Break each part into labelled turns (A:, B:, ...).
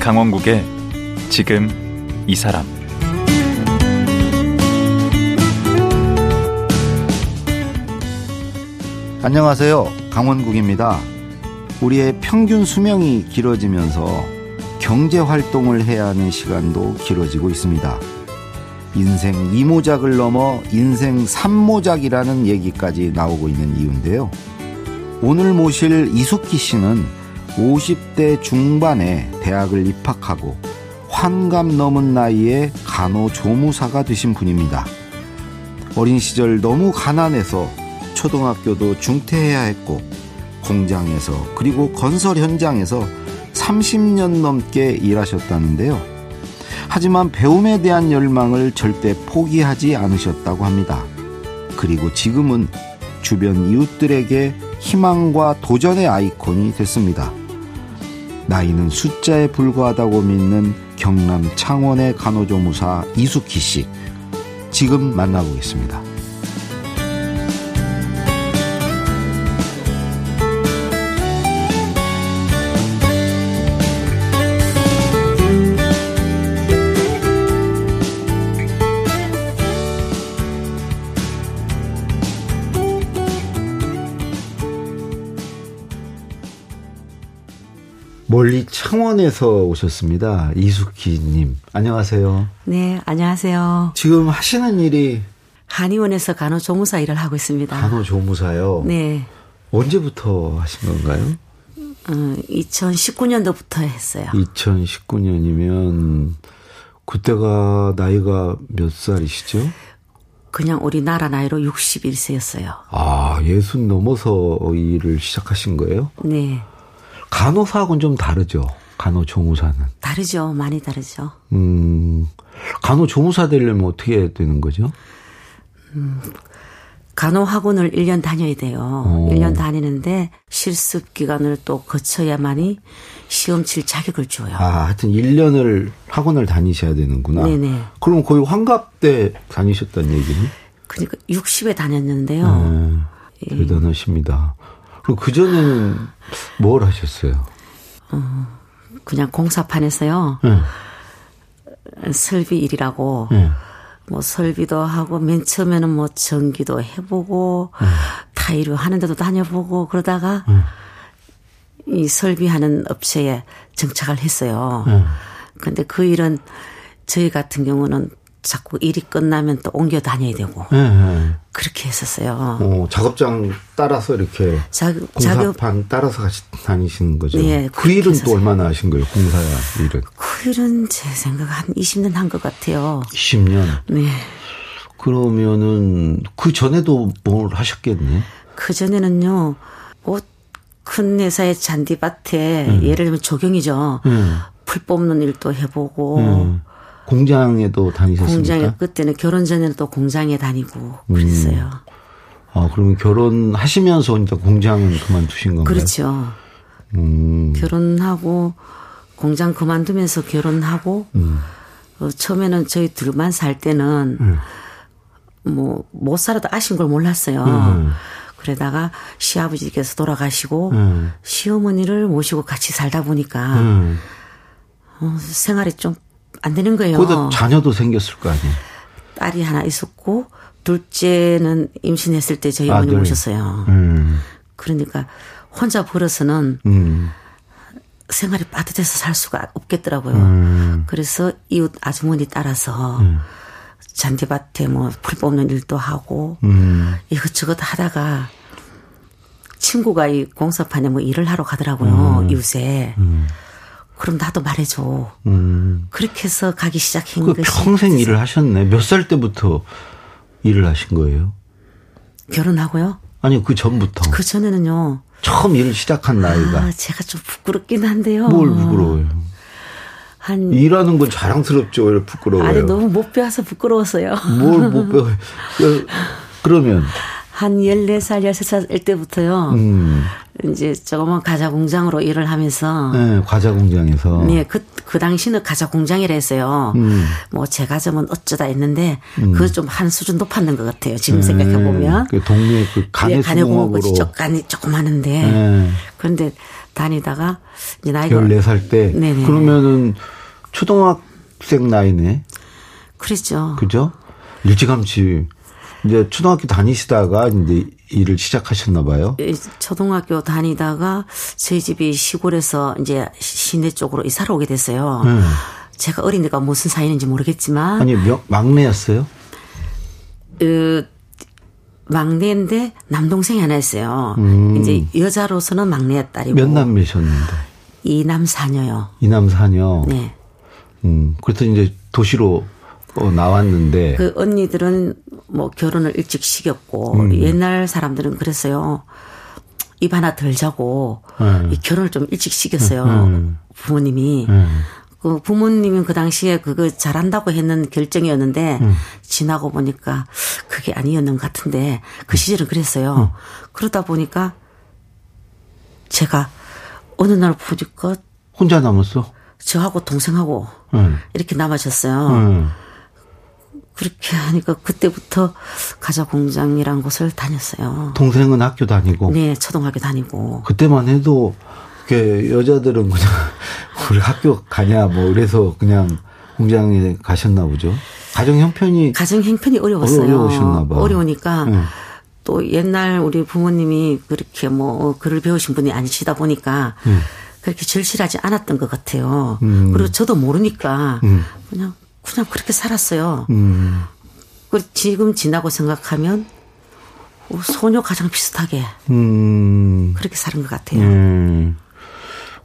A: 강원국의 지금 이 사람
B: 안녕하세요. 강원국입니다. 우리의 평균 수명이 길어지면서 경제 활동을 해야 하는 시간도 길어지고 있습니다. 인생 2모작을 넘어 인생 3모작이라는 얘기까지 나오고 있는 이유인데요. 오늘 모실 이숙기 씨는 50대 중반에 대학을 입학하고 환갑 넘은 나이에 간호조무사가 되신 분입니다. 어린 시절 너무 가난해서 초등학교도 중퇴해야 했고 공장에서 그리고 건설 현장에서 30년 넘게 일하셨다는데요. 하지만 배움에 대한 열망을 절대 포기하지 않으셨다고 합니다. 그리고 지금은 주변 이웃들에게 희망과 도전의 아이콘이 됐습니다. 나이는 숫자에 불과하다고 믿는 경남 창원의 간호조무사 이숙희 씨. 지금 만나보겠습니다. 멀리 창원에서 오셨습니다. 이숙희님. 안녕하세요.
C: 네, 안녕하세요.
B: 지금 하시는 일이
C: 한의원에서 간호조무사 일을 하고 있습니다.
B: 간호조무사요.
C: 아. 네,
B: 언제부터 하신 건가요?
C: 어, 2019년도부터 했어요.
B: 2019년이면 그때가 나이가 몇 살이시죠?
C: 그냥 우리나라 나이로 61세였어요.
B: 아, 예순 넘어서 이 일을 시작하신 거예요?
C: 네,
B: 간호사하고는 좀 다르죠. 간호조무사는.
C: 다르죠, 많이 다르죠.
B: 음, 간호조무사 되려면 어떻게 해야 되는 거죠?
C: 간호학원을 1년 다녀야 돼요.
B: 오.
C: 1년 다니는데 실습 기간을 또 거쳐야만이 시험 칠 자격을 줘요.
B: 아, 하여튼 1년을 학원을 다니셔야 되는구나.
C: 네네.
B: 그럼 거의 환갑 때 다니셨단 얘기는?
C: 그러니까 60에 다녔는데요. 예.
B: 네, 대단하십니다. 그리고 그전에는 뭘 하셨어요?
C: 그냥 공사판에서요.
B: 예,
C: 설비 일이라고
B: 네.
C: 뭐 설비도 하고 맨 처음에는 뭐 전기도 해보고 타이로 하는데도 다녀보고 그러다가 이 설비하는 업체에 정착을 했어요. 근데 그 일은 저희 같은 경우는 자꾸 일이 끝나면 또 옮겨 다녀야 되고
B: 네, 네.
C: 그렇게 했었어요.
B: 어, 작업장 따라서 이렇게
C: 자, 작업
B: 공사판 따라서 같이 다니시는 거죠.
C: 예,
B: 그 일은 또
C: 그래서-
B: 얼마나 하신 거예요? 공사 일은
C: 그 일은 제 생각 한 20년 한 것 같아요.
B: 20년.
C: 네.
B: 그러면은 그 전에도 뭘 하셨겠네.
C: 그전에는요, 옷 큰 회사의 잔디밭에,
B: 음.
C: 예를 들면 조경이죠. 풀 뽑는 일도 해보고,
B: 음. 어, 공장에도 다니셨습니까?
C: 공장에, 그때는 결혼 전에는 또 공장에 다니고
B: 음.
C: 그랬어요.
B: 아, 그러면 결혼하시면서 이제 공장은 그만두신 건가요?
C: 그렇죠.
B: 음,
C: 결혼하고, 공장 그만두면서 결혼하고,
B: 음.
C: 어, 처음에는 저희 둘만 살 때는,
B: 예.
C: 뭐, 못 살아도 아쉬운 걸 몰랐어요.
B: 음,
C: 그러다가 시아버지께서 돌아가시고,
B: 음.
C: 시어머니를 모시고 같이 살다 보니까,
B: 음. 예.
C: 어, 생활이 좀 안 되는 거예요.
B: 거기다 자녀도 생겼을 거 아니에요?
C: 딸이 하나 있었고 둘째는 임신했을 때 저희
B: 아,
C: 어머니
B: 네.
C: 모셨어요.
B: 음,
C: 그러니까 혼자 벌어서는
B: 음,
C: 생활이 빠듯해서 살 수가 없겠더라고요.
B: 음.
C: 그래서 이웃 아주머니 따라서 잔디밭에 뭐 풀 뽑는 일도 하고
B: 음.
C: 이것저것 하다가 친구가 이 공사판에 뭐 일을 하러 가더라고요.
B: 음.
C: 이웃에. 그럼 나도 말해줘. 그렇게 해서 가기 그러니까 시작한
B: 음. 그
C: 것이
B: 평생 일을 하셨네. 몇 살 때부터 일을 하신 거예요?
C: 결혼하고요.
B: 아니, 그 전부터.
C: 그 전에는요.
B: 처음 일을 시작한 나이가.
C: 아, 제가 좀 부끄럽긴 한데요.
B: 네. 뭘 부끄러워요?
C: 한
B: 일하는 건 자랑스럽죠. 왜 부끄러워요?
C: 아니 너무 못 배워서 부끄러웠어요.
B: 뭘 못 배워요? 그- 그러면,
C: 한 14살, 13살 때부터요.
B: 음,
C: 이제 조그만 가자 공장으로 일을 하면서
B: 네, 과자 공장에서.
C: 어. 네, 그, 그 당시는 가자 공장이라 했어요.
B: 음.
C: 뭐, 제과점은 어쩌다 했는데, 그거 좀 한 수준 높았는 것 같아요. 지금 생각해보면.
B: 네, 그 동네 그
C: 예,
B: 간의
C: 간의
B: 수공업으로.
C: 공업은 직접 간이 조금 하는데.
B: 네.
C: 그런데 다니다가 이제 나이가
B: 14살 때.
C: 네네.
B: 그러면은 초등학생 나이네.
C: 그랬죠.
B: 그죠? 일찌감치 이제 초등학교 다니시다가 이제 일을 시작하셨나 봐요.
C: 이 초등학교 다니다가 저희 집이 시골에서 이제 시내 쪽으로 이사를 오게 됐어요.
B: 네.
C: 제가 어린애가 무슨 사이인지 모르겠지만
B: 아니 명- 막내였어요?
C: 그 막내인데 남동생이 하나 있어요. 이제 여자로서는 막내 딸이고
B: 몇 남매셨는데
C: 이남 사녀요.
B: 이남 사녀.
C: 네.
B: 음 그래서 이제 도시로 어, 나왔는데
C: 그 언니들은 뭐 결혼을 일찍 시켰고
B: 음.
C: 옛날 사람들은 그랬어요. 입 하나 덜 자고
B: 음.
C: 이 결혼을 좀 일찍 시켰어요.
B: 음.
C: 부모님이. 그 부모님은 그 당시에 그거 잘한다고 했는 결정이었는데
B: 음.
C: 지나고 보니까 그게 아니었는 것 같은데
B: 음.
C: 그 시절은 그랬어요. 그러다 보니까 제가 어느 날 보니까
B: 혼자 남았어.
C: 저하고 동생하고
B: 음.
C: 이렇게 남아졌어요.
B: 음.
C: 그렇게 하니까 그때부터 가자 공장이란 곳을 다녔어요.
B: 동생은 학교 다니고
C: 네, 초등학교 다니고.
B: 그때만 해도 그 여자들은 그냥 우리 학교 가냐 뭐 그래서 그냥 공장에 가셨나 보죠. 가정 형편이
C: 가정 형편이 어려웠어요.
B: 어려우셨나 봐.
C: 우니까
B: 음.
C: 또 옛날 우리 부모님이 그렇게 뭐 글을 배우신 분이 아니시다 보니까
B: 음.
C: 그렇게 절실하지 않았던 것 같아요. 그리고 저도 모르니까 그냥 그냥 그렇게 살았어요.
B: 음,
C: 그 지금 지나고 생각하면 어, 소녀 가장 비슷하게
B: 음,
C: 그렇게 사는 것 같아요.
B: 예.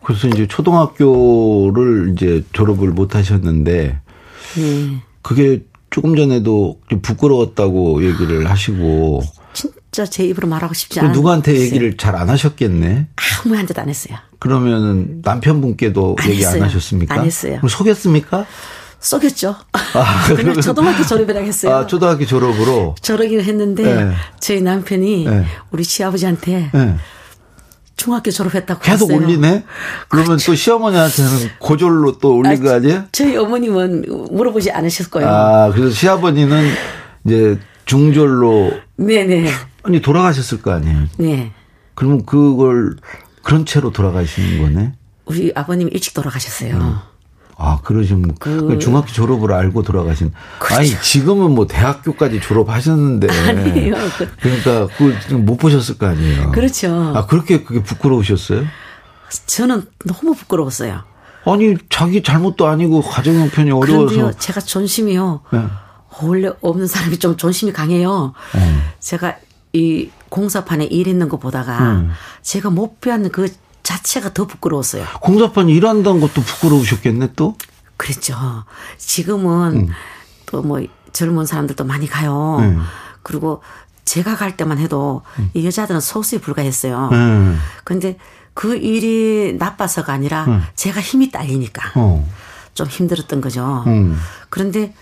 B: 그래서 이제 초등학교를 이제 졸업을 못 하셨는데
C: 네.
B: 그게 조금 전에도 좀 부끄러웠다고 얘기를 하시고
C: 진짜 제 입으로 말하고 싶지
B: 그럼
C: 않아요.
B: 누구한테 얘기를 잘 안 하셨겠네.
C: 아무한테도 안 했어요.
B: 그러면은 남편분께도
C: 안
B: 얘기 안
C: 했어요.
B: 하셨습니까?
C: 안 했어요.
B: 그럼 속였습니까?
C: 쏘겠죠.
B: 아,
C: 그냥
B: 그러면-
C: 초등학교 졸업이라 했어요.
B: 아, 초등학교 졸업으로.
C: 저러긴 했는데
B: 예.
C: 저희 남편이
B: 예.
C: 우리 시아버지한테
B: 예.
C: 중학교 졸업했다고
B: 계속
C: 했어요. 그렇죠.
B: 올리네? 그러면 또 시어머니한테는 고졸로 또 올린 거 아니에요?
C: 저희 어머님은 물어보지 않으실 거예요.
B: 아, 그래서 시아버지는 이제 중졸로
C: 네네.
B: 아니 돌아가셨을 거 아니에요.
C: 네.
B: 그러면 그걸 그런 채로 돌아가시는 거네.
C: 우리 아버님 이 일찍 돌아가셨어요.
B: 아 그러시면 그... 중학교 졸업을 알고 돌아가신. 아니 지금은 뭐 대학교까지 졸업하셨는데.
C: 그렇죠. 아니에요. 그-
B: 그러니까 그걸 못 보셨을 거 아니에요.
C: 그렇죠.
B: 아 그렇게 그게 부끄러우셨어요?
C: 저는 너무 부끄러웠어요.
B: 아니 자기 잘못도 아니고 가정 형편이 어려워서.
C: 그런데요, 제가 존심이요.
B: 네.
C: 원래 없는 사람이 좀 존심이 강해요.
B: 음.
C: 제가 이 공사판에 일했는 거 보다가
B: 음.
C: 제가 못 배운 그 자체가 더 부끄러웠어요.
B: 공사판 일한다는 것도 부끄러우셨겠네 또.
C: 그랬죠.
B: 음.
C: 지금은 또 뭐 젊은 사람들도 많이 가요. 그리고 제가 갈 때만 해도 이 여자들은 소수에 불과했어요.
B: 음.
C: 근데 그 일이 나빠서가 아니라 제가 힘이 딸리니까
B: 음. 어.
C: 좀 힘들었던 거죠.
B: 음.
C: 그런데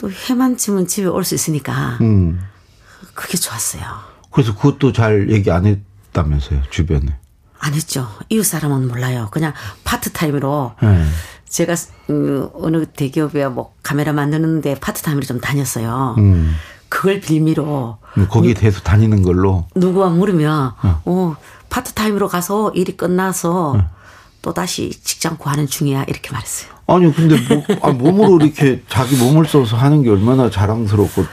C: 또 해만 치면 집에 올 수 있으니까
B: 음.
C: 그게 좋았어요.
B: 그래서 그것도 잘 얘기 안 했다면서요 주변에.
C: 안 했죠. 이웃 사람은 몰라요. 그냥 파트타임으로
B: 네.
C: 제가 음, 어느 대기업에 뭐 카메라 만드는데 파트타임으로 좀 다녔어요. 그걸 빌미로
B: 음, 거기에 대해서 다니는 걸로.
C: 누구와 물으면 어, 파트타임으로 가서 일이 끝나서 또 다시 직장 구하는 중이야 이렇게 말했어요.
B: 아니 근데 뭐, 아, 몸으로 이렇게 자기 몸을 써서 하는 게 얼마나 자랑스럽고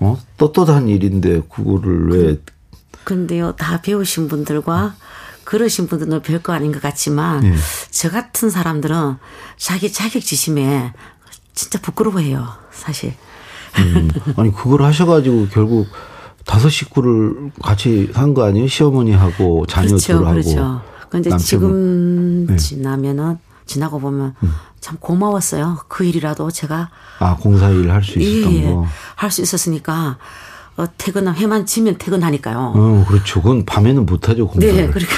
B: 어? 떳떳한 일인데 그거를 왜
C: 근데요 다 배우신 분들과 그러신 분들은 별거 아닌 것 같지만 저 같은 사람들은 자기 자격지심에 진짜 부끄러워해요 사실.
B: 음, 아니 그걸 하셔가지고 결국 다섯 식구를 같이 산 거 아니에요 시어머니하고 자녀
C: 그렇죠,
B: 둘하고 네.
C: 그렇죠. 근데
B: 남편은-
C: 지금 지나면은 지나고 보면
B: 음.
C: 참 고마웠어요. 그 일이라도 제가
B: 아 공사 일을 할 수 있었던
C: 예,
B: 거.
C: 할 수 있었으니까 어, 퇴근하 해만 지면 퇴근하니까요.
B: 어 그렇죠. 그건 밤에는 못하죠 공사를.
C: 네, 그러니까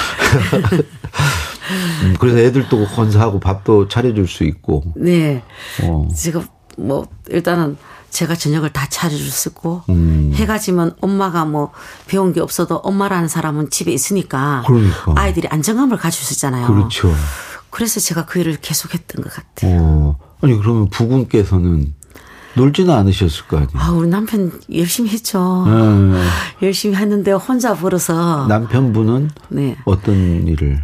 B: 음, 그래서 애들도 건사하고 밥도 차려줄 수 있고.
C: 네
B: 어.
C: 지금 뭐 일단은 제가 저녁을 다 차려줄 수 있고
B: 음.
C: 해가 지면 엄마가 뭐 배운 게 없어도 엄마라는 사람은 집에 있으니까
B: 그러니까.
C: 아이들이 안정감을 가질 수 있잖아요.
B: 그렇죠.
C: 그래서 제가 그 일을 계속했던 것 같아요.
B: 어. 아니 그러면 부군께서는 놀지는 않으셨을 거 아니에요.
C: 아, 우리 남편 열심히 했죠.
B: 음.
C: 열심히 했는데 혼자 벌어서
B: 남편분은
C: 네.
B: 어떤 일을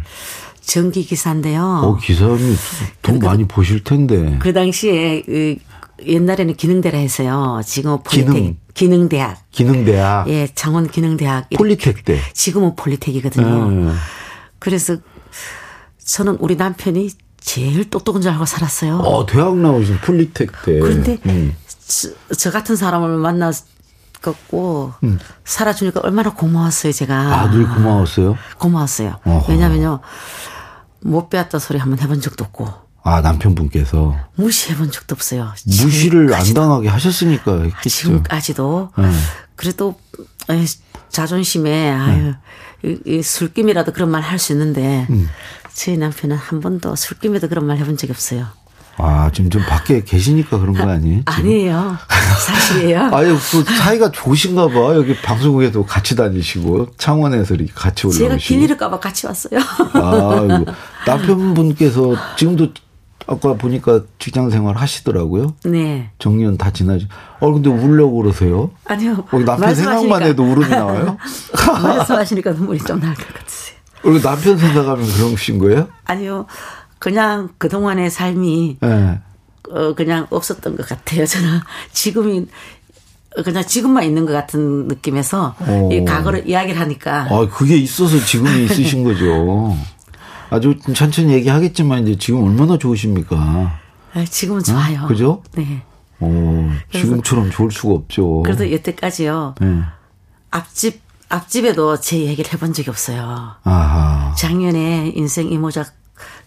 C: 전기 기사인데요.
B: 어, 기사님 돈 많이 보실 텐데.
C: 그 당시에 그 옛날에는 기능대라 해서요. 지금
B: 기능.
C: 폴리텍 기능. 대학
B: 기능대학,
C: 예, 어. 창원 기능대학 이렇게
B: 폴리텍대. 네. 예.
C: 지금은 폴리텍이거든요. 그래서 저는 우리 남편이 제일 똑똑한 줄 알고 살았어요.
B: 어, 대학 나오신 폴리텍대.
C: 그런데
B: 음.
C: 저, 저 같은 사람을 만났고 살아주니까 얼마나 고마웠어요 제가.
B: 음. 아, 늘 고마웠어요.
C: 고마웠어요.
B: 어허.
C: 왜냐면요 못 배웠다 소리 한번 해본 적도 없고
B: 아, 남편분께서
C: 무시해본 적도 없어요.
B: 무시를 안
C: 지금까지도. 아,
B: 당하게 하셨으니까 했겠죠.
C: 지금까지도 그래도 에이, 자존심에 아유 이, 이 술김이라도 그런 말 할 수 있는데 저희 남편은 한 번도 술김에도 그런 말 해본 적이 없어요.
B: 아, 지금 좀 밖에 계시니까 그런 거 아니에요? 지금?
C: 아니에요. 사실이에요.
B: 아니, 그 사이가 좋으신가 봐. 여기 방송국에도 같이 다니시고, 창원에서 이렇게 같이 올라오시고.
C: 제가 기니를까봐 같이 왔어요.
B: 아이고. 남편분께서 지금도 아까 보니까 직장 생활 하시더라고요.
C: 네.
B: 정년 다 지나지. 어, 근데 울려고 그러세요?
C: 아니요.
B: 어, 남편 생각만 해도 울음이 나와요?
C: 말씀하시니까 눈물이 좀 날 것 같으세요.
B: 그리고 남편 생각하면 그러신 거예요?
C: 아니요. 그냥 그동안의 삶이
B: 예.
C: 어, 그냥 없었던 것 같아요. 저는 지금이 어, 그냥 지금만 있는 것 같은 느낌에서
B: 오.
C: 이 과거를 이야기를 하니까
B: 아, 그게 있어서 지금이 있으신 거죠. 아주 천천히 얘기하겠지만, 이제 지금 얼마나 좋으십니까?
C: 아, 지금은 좋아요.
B: 그죠?
C: 네.
B: 어, 지금처럼 좋을 수가 없죠.
C: 그래도 여태까지요
B: 예.
C: 앞집 앞집에도 제 얘기를 해본 적이 없어요.
B: 아하.
C: 작년에 인생 이모작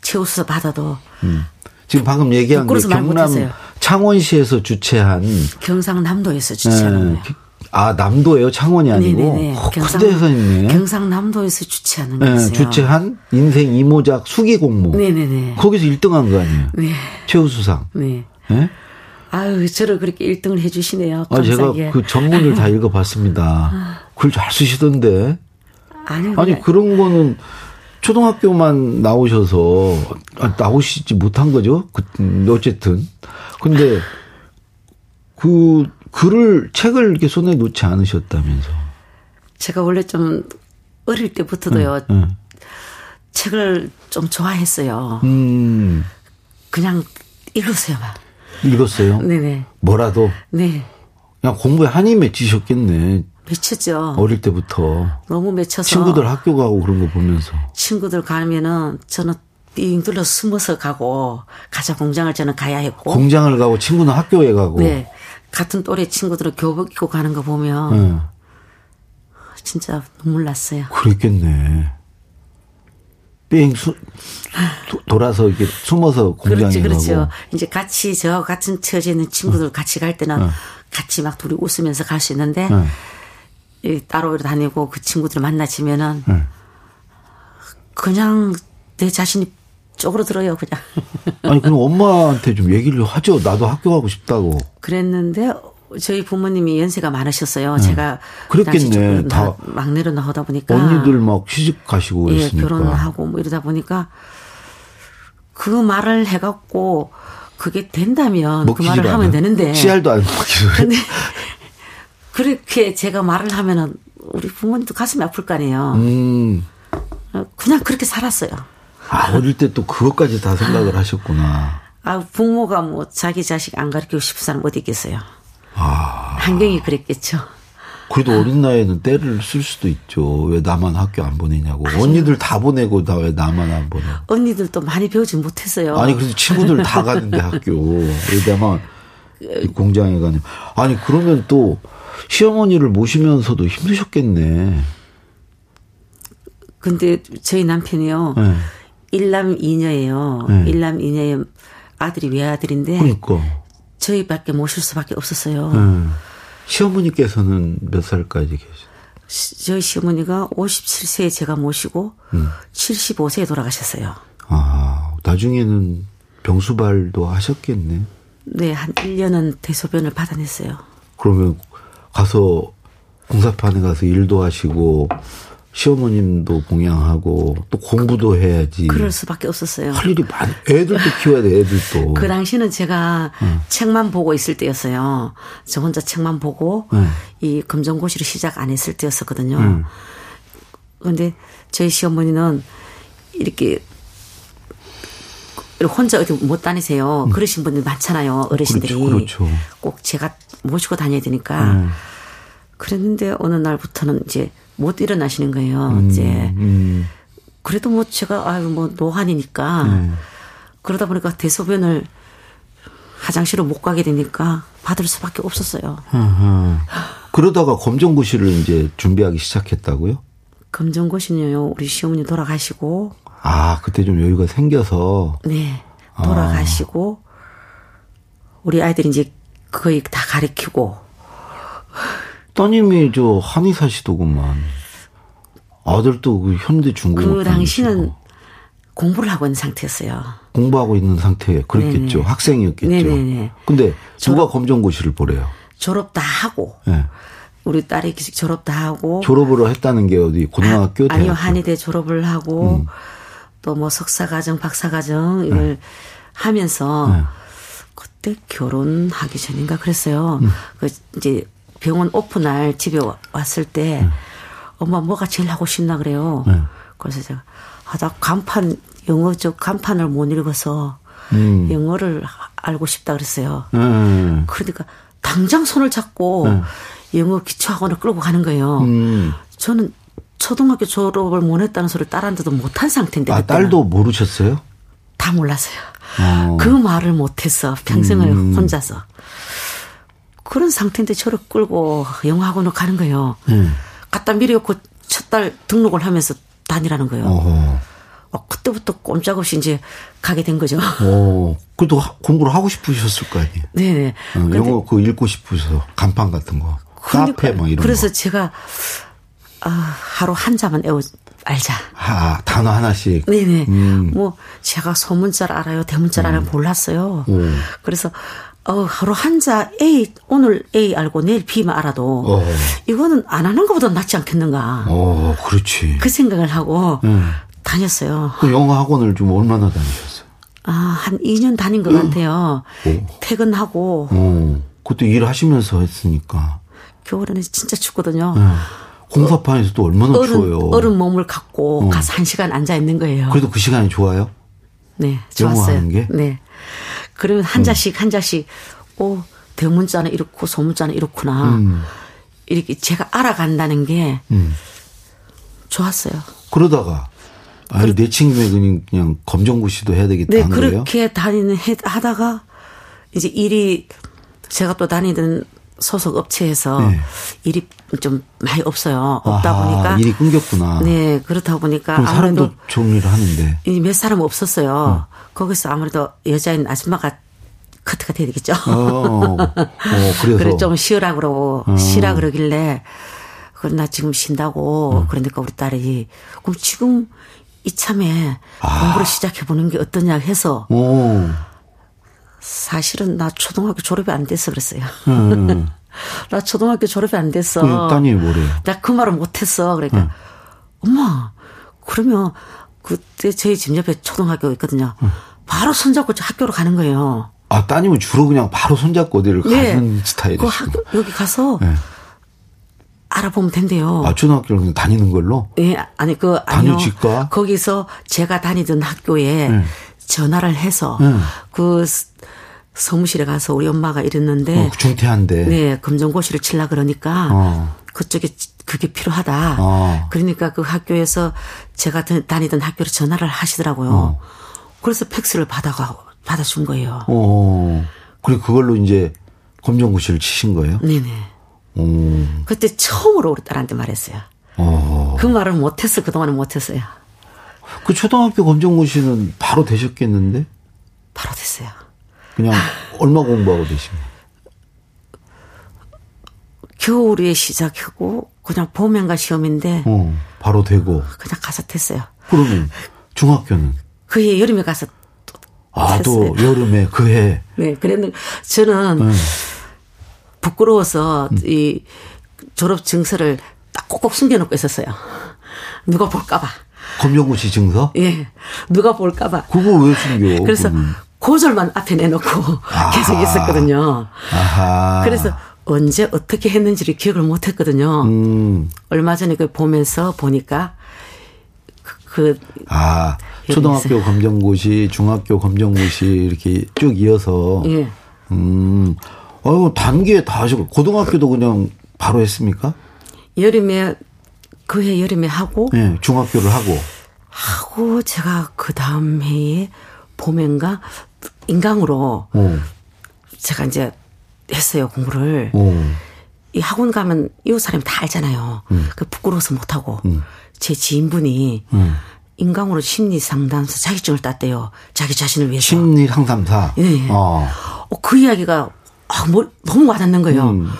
C: 최우수 받아도
B: 음. 지금 방금 얘기한 게
C: 부끄러워서 말
B: 경남
C: 못했어요.
B: 창원시에서 주최한
C: 경상남도에서
B: 예,
C: 주최하는 거예요.
B: 기- 아 남도예요 창원이 아니고
C: 네네네.
B: 어, 그때에서 있네.
C: 경상남도에서 주최하는
B: 예,
C: 거였어요.
B: 주최한 인생 이모작 수기 공모
C: 네네네.
B: 거기서 1등한 거 아니에요?
C: 네.
B: 최우수상.
C: 네.
B: 예?
C: 아유, 저를 그렇게 1등을 해주시네요.
B: 아 제가
C: 감사하게.
B: 그 전문을 다 읽어봤습니다. 글 잘 쓰시던데.
C: 아니,
B: 아니 그런 거는 초등학교만 나오셔서 아, 나오시지 못한 거죠. 그, 음, 어쨌든 근데 그 글을 책을 이렇게 손에 놓지 않으셨다면서.
C: 제가 원래 좀 어릴 때부터도요,
B: 응.
C: 책을 좀 좋아했어요.
B: 음
C: 그냥 읽으세요, 막.
B: 읽었어요.
C: 네네.
B: 뭐라도
C: 네.
B: 그냥 공부에 한이 맺히셨겠네.
C: 미쳤죠.
B: 어릴 때부터
C: 너무 맺혀서.
B: 친구들 학교 가고 그런 거 보면서.
C: 친구들 가면은 저는 띵 둘러 숨어서 가고, 가자 공장을 저는 가야 했고.
B: 공장을 가고 친구는 학교에 가고.
C: 네. 같은 또래 친구들은 교복 입고 가는 거 보면
B: 예,
C: 진짜 눈물 났어요.
B: 그랬겠네. 뺑 수, 도- 돌아서 이렇게 숨어서 공장에
C: 그렇지, 그렇죠.
B: 가고.
C: 이제 같이 저 같은 처지에 있는 친구들 같이 갈 때는 같이 막 둘이 웃으면서 갈 수 있는데
B: 응.
C: 이 따로 다니고 그 친구들 만나지면은 그냥 내 자신이 쪼그러들어요, 그냥.
B: 아니 그럼 엄마한테 좀 얘기를 하죠. 나도 학교 가고 싶다고.
C: 그랬는데 저희 부모님이 연세가 많으셨어요. 제가 그 당시
B: 그랬겠네.
C: 조금 나-
B: 다
C: 막내로 나오다 보니까
B: 언니들 막 시집 가시고
C: 아. 예,
B: 그랬으니까.
C: 결혼하고 뭐 이러다 보니까 그 말을 해갖고 그게 된다면 그
B: 먹히지도
C: 말을 하면
B: 않아요.
C: 되는데
B: 씨알도 안 먹히고. 그래.
C: 그렇게 제가 말을 하면은 우리 부모님도 가슴이 아플 거 아니에요.
B: 음.
C: 어, 그냥 그렇게 살았어요.
B: 아 어릴 때 또 그것까지 다 생각을 하셨구나.
C: 아 부모가 뭐 자기 자식 안 가르치고 싶은 사람 어디 있겠어요.
B: 아.
C: 환경이 그랬겠죠.
B: 그래도 어린 나이에는 때를 쓸 수도 있죠. 왜 나만 학교 안 보내냐고. 언니들 다 보내고 나 왜 나만 안 보내?
C: 언니들도 많이 배우지 못했어요.
B: 아니 그래서 친구들 다 가는데 학교 왜냐면 공장에 가는. 아니 그러면 또 시어머니를 모시면서도 힘드셨겠네.
C: 근데 저희 남편이요
B: 예.
C: 일남 이녀예요.
B: 네.
C: 일남 이녀의 아들이 외아들인데
B: 그러니까
C: 저희밖에 모실 수밖에 없었어요.
B: 예. 시어머니께서는 몇 살까지 계셨?
C: 시- 저희 시어머니가 57세에 제가 모시고
B: 예.
C: 75세에 돌아가셨어요.
B: 아 나중에는 병수발도 하셨겠네.
C: 네, 한 1년은 대소변을 받아냈어요.
B: 그러면 가서 공사판에 가서 일도 하시고 시어머님도 봉양하고 또 공부도 해야지.
C: 그럴 수밖에 없었어요.
B: 할 일이 많. 애들도 키워야 돼. 애들도.
C: 그 당시는 제가
B: 네.
C: 책만 보고 있을 때였어요. 저 혼자 책만 보고
B: 네.
C: 이 검정고시를 시작 안 했을 때였었거든요. 그런데 저희 시어머니는 이렇게 혼자 어디 못 다니세요. 그러신 분들 많잖아요. 어르신들이.
B: 음. 그렇죠, 네. 그렇죠.
C: 꼭 제가 모시고 다녀야 되니까. 그랬는데 어느 날부터는 이제 못 일어나시는 거예요. 이제
B: 음.
C: 그래도 뭐 제가 아유 뭐 노환이니까 그러다 보니까 대소변을 화장실을 못 가게 되니까 받을 수밖에 없었어요.
B: 아하. 그러다가 검정고시를 이제 준비하기 시작했다고요?
C: 검정고시는요 우리 시어머니 돌아가시고
B: 아, 그때 좀 여유가 생겨서
C: 네 돌아가시고 우리 아이들이 이제 거의 다 가르치고
B: 따님이 저 한의사시더구만. 아들도 그 현대 중국
C: 그 당시는 공부를 하고 있는 상태였어요.
B: 공부하고 있는 상태에 그랬겠죠. 학생이었겠죠.
C: 네네네.
B: 근데 누가 검정고시를 보래요?
C: 졸업 다 하고
B: 예.
C: 우리 딸이 졸업 다 하고
B: 졸업을 했다는 게 어디 고등학교 음. 대학
C: 아니요 한의대 졸업을 하고 또 뭐 석사과정 박사과정 이걸
B: 네.
C: 하면서 그때 결혼하기 전인가 그랬어요
B: 음.
C: 그 이제 병원 오픈할 집에 와- 왔을 때
B: 네.
C: 엄마 뭐가 제일 하고 싶나 그래요 그래서 제가 아나 간판 영어 저 간판을 못 읽어서 영어를 아- 알고 싶다 그랬어요
B: 음.
C: 그러니까 당장 손을 잡고
B: 네.
C: 영어 기초학원을 끌고 가는 거예요.
B: 음.
C: 저는 초등학교 졸업을 못 했다는 소리를 딸한테도 못한 상태인데
B: 아
C: 그때는
B: 딸도 모르셨어요?
C: 다 몰랐어요.
B: 어. 음.
C: 그 말을 못했어 평생을 혼자서 그런 상태인데 저를 끌고 영어학원을 가는 거예요.
B: 네.
C: 갖다 밀어놓고 첫 달 등록을 하면서 다니라는 거예요.
B: 어허.
C: 어, 그때부터 꼼짝없이 이제 가게 된 거죠.
B: 어. 그래도 하- 공부를 하고 싶으셨을 거 아니에요.
C: 네네.
B: 어,
C: 근데 그러니까
B: 영어 그 읽고 싶으셔서 간판 같은 거 카페 막 이런
C: 그래서
B: 거.
C: 제가 아, 하루 한 자만 외워 알자.
B: 아, 단어 하나씩
C: 네네.
B: 음.
C: 뭐 제가 소문자를 알아요, 대문자를 알아요 몰랐어요.
B: 음.
C: 그래서 어, 하루 한 자 A 오늘 A 알고 내일 B만 알아도
B: 어.
C: 이거는 안 하는 것보다 낫지 않겠는가.
B: 어, 그렇지.
C: 그 생각을 하고
B: 음.
C: 다녔어요.
B: 그 영어 학원을 좀 얼마나 다니셨어요?
C: 아, 한 2년 다닌
B: 음.
C: 것 같아요. 퇴근하고
B: 어, 그것도 일하시면서 했으니까. 어.
C: 겨울에는 진짜 춥거든요.
B: 공사판에서 또 얼마나 음. 추워요. 어.
C: 얼음, 얼음 몸을 갖고 가서 한 시간 앉아 있는 거예요.
B: 그래도 그 시간이 좋아요?
C: 네, 좋았어요.
B: 하는 게? 음.
C: 네. 그러면 한 자씩 한 자씩 오 대문자는 이렇고 소문자는 이렇구나
B: 음.
C: 이렇게 제가 알아간다는 게 좋았어요.
B: 아, 그러다가, 아니, 내 친구의 그냥, 그냥 검정고시도 해야 되겠다
C: 네,
B: 한 거예요?
C: 그렇게 다니는 해- 하다가 이제 일이 제가 또 다니던 소속 업체에서
B: 네.
C: 일이 좀 많이 없어요. 없다
B: 아하,
C: 보니까
B: 일이 끊겼구나.
C: 네 그렇다 보니까
B: 그럼
C: 아무래도
B: 사람도 음. 정리를 하는데.
C: 이 몇 사람 없었어요. 거기서 아무래도 여자인 아줌마가 커트가 돼야 되겠죠.
B: 어, 어, 그래서. 어.
C: 그래 좀 쉬으라 그러고 쉬라 그러길래 그나 지금
B: 어.
C: 쉰다고 그러니까 우리 딸이 그럼 지금 이참에
B: 아.
C: 공부를 시작해 보는 게 어떠냐 해서
B: 어,
C: 사실은 나 초등학교 졸업이 안 돼서 그랬어요.
B: 음.
C: 나 초등학교 졸업이 안 돼서
B: 그 따님이 뭐래요?
C: 나 그 말을 못했어. 그러니까 엄마 그러면 그때 저희 집 옆에 초등학교 있거든요. 바로 손잡고 저 학교로 가는 거예요.
B: 아, 따님은 주로 그냥 바로 손잡고 어디를
C: 네.
B: 가는
C: 그
B: 스타일이시고.
C: 학교 여기 가서
B: 네.
C: 알아보면 된대요.
B: 아, 초등학교를 그냥 다니는 걸로?
C: 예, 아니 그 아니요.
B: 단위직과?
C: 거기서 제가 다니던 학교에
B: 예.
C: 전화를 해서 그 스- 사무실에 가서 우리 엄마가 이랬는데
B: 어, 중퇴한데.
C: 네, 검정고시를 치려 그러니까
B: 어.
C: 그쪽에 지- 그게 필요하다.
B: 어.
C: 그러니까 그 학교에서 제가 다- 다니던 학교로 전화를 하시더라고요. 그래서 팩스를 받아가 받아준 거예요.
B: 어. 그리고 그걸로 이제 검정고시를 치신 거예요? 어,
C: 네네.
B: 오.
C: 그때 처음으로 우리 딸한테 말했어요.
B: 어.
C: 그 말을 못했어. 그동안은 못했어요.
B: 그 초등학교 검정고시는 바로 되셨겠는데?
C: 바로 됐어요.
B: 그냥 얼마 공부하고 되신 거예요?
C: 겨울에 시작하고 그냥 봄엔가 시험인데
B: 어. 바로 되고.
C: 그냥 가서 됐어요.
B: 그러면 중학교는?
C: 그해 여름에 가서 또
B: 아, 또 여름에 그 해.
C: 네, 그랬는데 저는 부끄러워서 이 졸업 증서를 딱 꼭꼭 숨겨놓고 있었어요. 누가 볼까봐.
B: 검정고시 증서?
C: 예, 누가 볼까봐.
B: 그걸 왜 숨겨?
C: 그래서
B: 그러면?
C: 고절만 앞에 내놓고 계속 있었거든요.
B: 아하.
C: 그래서 언제 어떻게 했는지를 기억을 못했거든요.
B: 음.
C: 얼마 전에 그 보면서 보니까 그- 그
B: 아, 초등학교 검정고시, 중학교 검정고시 이렇게 쭉 이어서
C: 예.
B: 음. 어, 단기에 다 하시고 고등학교도 그냥 바로 했습니까?
C: 여름에 그해 여름에 하고
B: 예, 중학교를 하고.
C: 하고 제가 그 다음 해에 봄엔가 인강으로
B: 어.
C: 제가 이제 했어요 공부를
B: 어.
C: 이 학원 가면 이웃 사람이 다 알잖아요.
B: 네.
C: 그 부끄러워서 못 하고 제 지인분이
B: 네.
C: 인강으로 심리 상담사 자격증을 땄대요. 자기 자신을 위해서.
B: 심리 상담사.
C: 예, 예.
B: 어.
C: 어, 그 이야기가 아, 뭘, 너무 와닿는 거예요.
B: 음.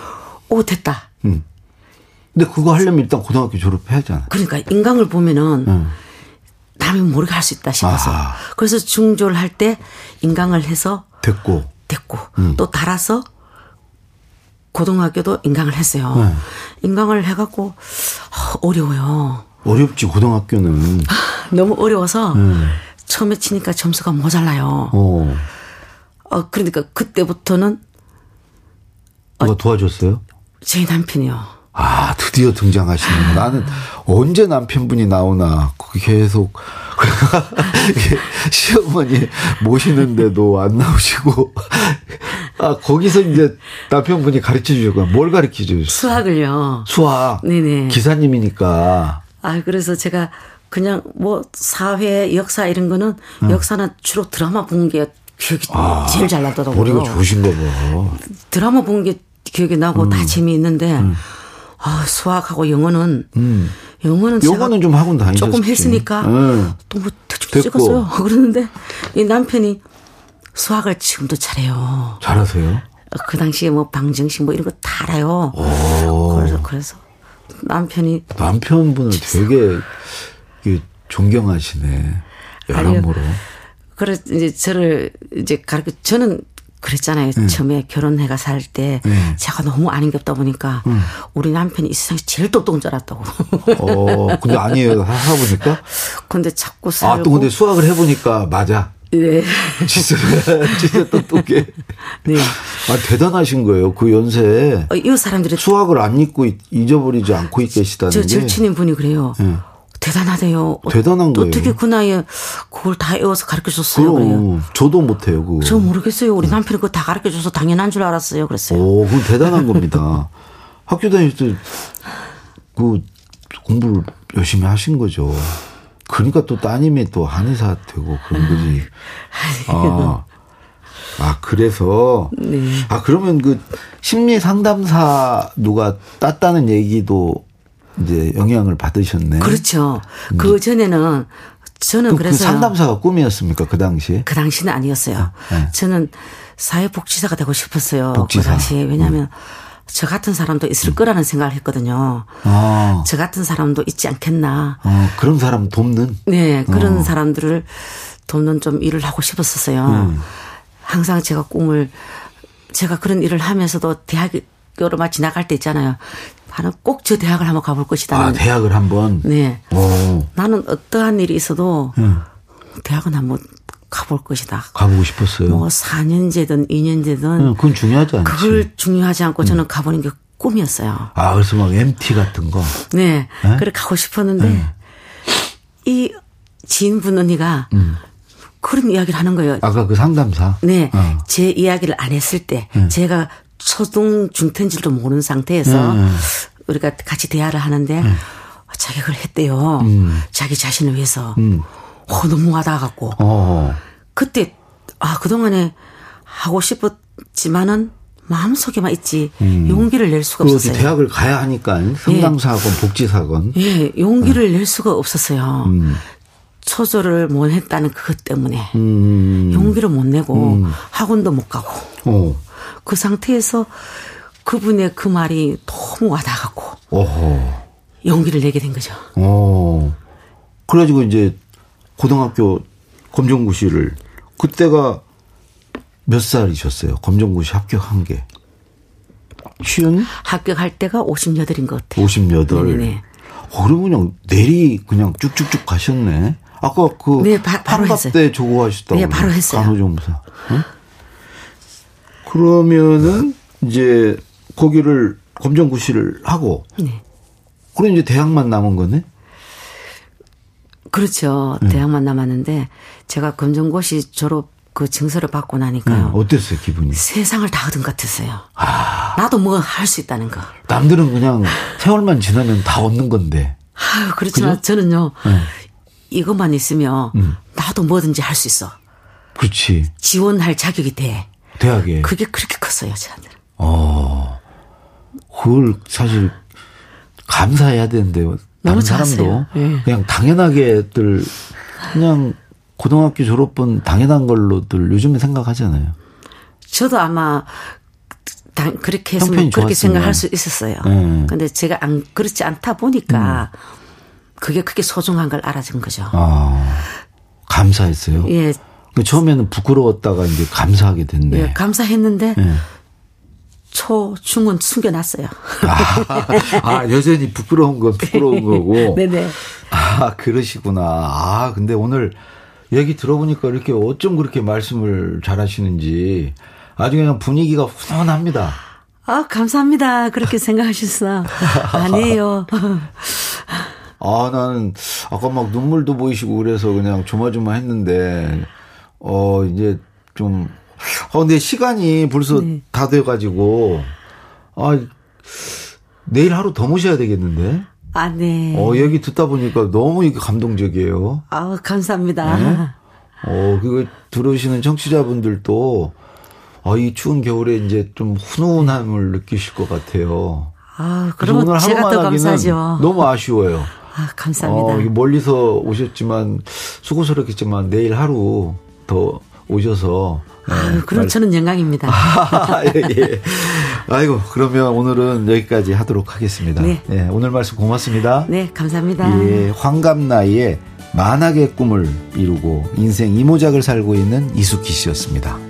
C: 오 됐다.
B: 근데 그거 하려면 일단 고등학교 졸업해야 하잖아.
C: 그러니까 인강을 보면은 남이 모르게 할 수 있다 싶어서
B: 아하.
C: 그래서 중졸 할 때 인강을 해서
B: 됐고.
C: 됐고 또 달아서 고등학교도 인강을 했어요. 인강을 해갖고 아, 어려워요.
B: 어렵지 고등학교는.
C: 너무 어려워서 처음에 치니까 점수가 모자라요.
B: 어.
C: 어, 그러니까 그때부터는
B: 누가 도와줬어요?
C: 제 남편이요.
B: 아, 드디어 등장하시는 거. 나는 언제 남편분이 나오나. 그 계속. 이게 시어머니 모시는데도 안 나오시고. 아, 거기서 이제 남편분이 가르쳐 주셨구나. 뭘 가르쳐 주셨어요?
C: 수학을요.
B: 수학.
C: 네네.
B: 기사님이니까.
C: 아, 그래서 제가 그냥 뭐 사회, 역사 이런 거는
B: 음.
C: 역사는 주로 드라마 본 게 기억이 제일 잘 나더라고요.
B: 아, 머리가 좋으신가 봐.
C: 드라마 본 게 기억이 나고
B: 음.
C: 다 재미있는데 아, 수학하고 영어는 영어는 제가
B: 음. 영어는 좀 학원 다니셨지.
C: 조금 했으니까
B: 응.
C: 또뭐 특집
B: 됐고.
C: 찍었어요. 그러는데 이 남편이 수학을 지금도 잘해요.
B: 잘하세요?
C: 그 당시에 뭐 방정식 뭐 이런 거 다 알아요.
B: 어.
C: 그래서 그래서 남편이
B: 남편분을 되게 그 존경하시네. 여러모로.
C: 그래 이제 저를 이제 가르쳐 저는 그랬잖아요.
B: 예.
C: 처음에 결혼해가 살 때
B: 네.
C: 제가 너무 아닌 게 없다 보니까
B: 예.
C: 우리 남편이 이 세상에 제일 똑똑한 줄 알았다고.
B: 어, 근데 아니에요. 하보니까.
C: 근데 자꾸
B: 아, 또
C: 살고
B: 근데 수학을 해보니까 맞아.
C: 네.
B: 진짜, 진짜 똑똑해.
C: 네.
B: 아, 대단하신 거예요. 그 연세에
C: 어, 이 사람들이
B: 수학을 안 잊고 잊- 잊어버리지 않고 계시다는
C: 저
B: 게. 예.
C: 절친인 분이 그래요. 대단하대요. 어,
B: 대단한 거예요.
C: 어떻게 그 나이에 그걸 다 외워서 가르쳐 줬어요. 그래요.
B: 그럼 음. 저도 못해요, 그거.
C: 저 모르겠어요. 우리 남편이 그거 다 가르쳐 줘서 당연한 줄 알았어요. 그랬어요.
B: 오, 그건 대단한 겁니다. 학교 다닐 때 그 공부를 열심히 하신 거죠. 그러니까 또 따님이 또 한의사 되고 그런 거지. 아, 아 그래서
C: 네.
B: 아 그러면 그 심리 상담사 누가 땄다는 얘기도 이제 영향을 받으셨네.
C: 그렇죠. 그 전에는 저는
B: 음. 그, 그
C: 그래서 요
B: 상담사가 꿈이었습니까 그 당시에?
C: 그 당시는 아니었어요. 저는 사회복지사가 되고 싶었어요. 그
B: 네. 복지사. 음.
C: 당시에 왜냐하면 저 같은 사람도 있을 거라는 생각을 했거든요.
B: 아,
C: 저 같은 사람도 있지 않겠나.
B: 어, 그런 사람 돕는.
C: 네,
B: 어.
C: 그런 사람들을 돕는 좀 일을 하고 싶었었어요.
B: 음.
C: 항상 제가 꿈을 제가 그런 일을 하면서도 대학교로 막 지나갈 때 있잖아요. 나는 꼭 저 대학을 한번 가볼 것이다.
B: 아 대학을 한번.
C: 네,
B: 오, 네.
C: 나는 어떠한 일이 있어도
B: 음.
C: 대학은 한번 가볼 것이다.
B: 가보고 싶었어요.
C: 뭐 4년제든 2년제든
B: 응, 그건 중요하지 않지.
C: 그걸 중요하지 않고 저는 가보는 게 꿈이었어요.
B: 아, 그래서 막 MT 같은 거.
C: 네. 그래 가고 싶었는데 이 지인분 언니가 그런 이야기를 하는 거예요.
B: 아까 그 상담사.
C: 네.
B: 어.
C: 제 이야기를 안 했을 때 제가 초등 중퇴인지도 모르는 상태에서 우리가 같이 대화를 하는데 자기가 그걸 했대요. 자기 자신을 위해서. 어, 너무 와닿아갖고.
B: 어.
C: 그때 아 그동안에 하고 싶었지만은 마음속에만 있지 용기를 낼 수가
B: 그 어디
C: 없었어요.
B: 대학을 가야 하니까 상담사건 복지사건.
C: 예, 용기를
B: 네.
C: 낼 수가 없었어요.
B: 음.
C: 초조를 못 했다는 그것 때문에 용기를 못 내고 학원도 못 가고
B: 음, 어.
C: 그 상태에서 그분의 그 말이 너무 와닿아갖고
B: 어허.
C: 용기를 내게 된 거죠.
B: 어. 그래가지고 이제 고등학교 검정고시를 그때가 몇 살이셨어요? 검정고시 합격한 게. 쉬운?
C: 합격할 때가 58인 것 같아요.
B: 58.
C: 네네.
B: 어, 그럼 그냥 내리 그냥 쭉쭉쭉 가셨네. 아까 그
C: 네, 바- 바로 했어요.
B: 한갑대 조고 하셨다고.
C: 네, 바로 했어요.
B: 간호조무사. 응? 그러면은 이제 거기를 검정고시를 하고
C: 네.
B: 그럼 이제 대학만 남은 거네.
C: 그렇죠. 대학만 남았는데 제가 검정고시 졸업 그 증서를 받고 나니까요.
B: 어땠어요 기분이?
C: 세상을 다 얻은 것 같았어요. 나도 뭐 할 수 있다는 거.
B: 남들은 그냥 세월만 지나면 다 얻는 건데.
C: 아유, 그렇지만 저는요. 이것만 있으면 나도 뭐든지 할 수 있어.
B: 그렇지.
C: 지원할 자격이 돼.
B: 대학에.
C: 그게 그렇게 컸어요, 저한테는.
B: 그걸 사실 감사해야 되는데 다른
C: 너무
B: 사람도
C: 잘하세요. 예.
B: 그냥 당연하게들 그냥 고등학교 졸업은 당연한 걸로들 요즘에 생각하잖아요.
C: 저도 아마 당- 그렇게
B: 형편이
C: 했으면 그렇게
B: 좋았으면.
C: 생각할 수 있었어요.
B: 네.
C: 근데 제가 안 그렇지 않다 보니까 그게 그렇게 소중한 걸 음. 알아준 거죠.
B: 아 감사했어요.
C: 예,
B: 그 처음에는 부끄러웠다가 이제 감사하게 됐네.
C: 예, 감사했는데 초 중은 숨겨놨어요.
B: 아, 아, 여전히 부끄러운 건 부끄러운 거고.
C: 네네.
B: 아, 그러시구나. 아, 근데 오늘 얘기 들어보니까 이렇게 어쩜 그렇게 말씀을 잘 하시는지 아주 그냥 분위기가 훈훈합니다.
C: 아 감사합니다. 그렇게 생각하셨어. 아니에요.
B: 아, 나는 아까 막 눈물도 보이시고 그래서 그냥 조마조마 했는데, 어, 이제 좀, 어, 근데 시간이 벌써
C: 네.
B: 다 돼가지고, 아, 내일 하루 더 모셔야 되겠는데?
C: 아 네.
B: 어, 얘기 듣다 보니까 너무 이게 감동적이에요.
C: 아 감사합니다.
B: 어, 그거 들으시는 청취자분들도, 아, 이 추운 겨울에 이제 좀 훈훈함을 느끼실 것 같아요.
C: 아
B: 그래서
C: 그러면
B: 오늘
C: 제가
B: 하루만
C: 더
B: 하기는
C: 감사하죠.
B: 너무 아쉬워요.
C: 아 감사합니다.
B: 어, 이게 멀리서 오셨지만 수고스럽겠지만 내일 하루 더 오셔서
C: 아유, 그럼 저는 영광입니다.
B: 예, 예. 아이고 그러면 오늘은 여기까지 하도록 하겠습니다.
C: 네.
B: 예, 오늘 말씀 고맙습니다.
C: 네 감사합니다.
B: 예, 환갑 나이에 만학의 꿈을 이루고 인생 이모작을 살고 있는 이숙희 씨였습니다.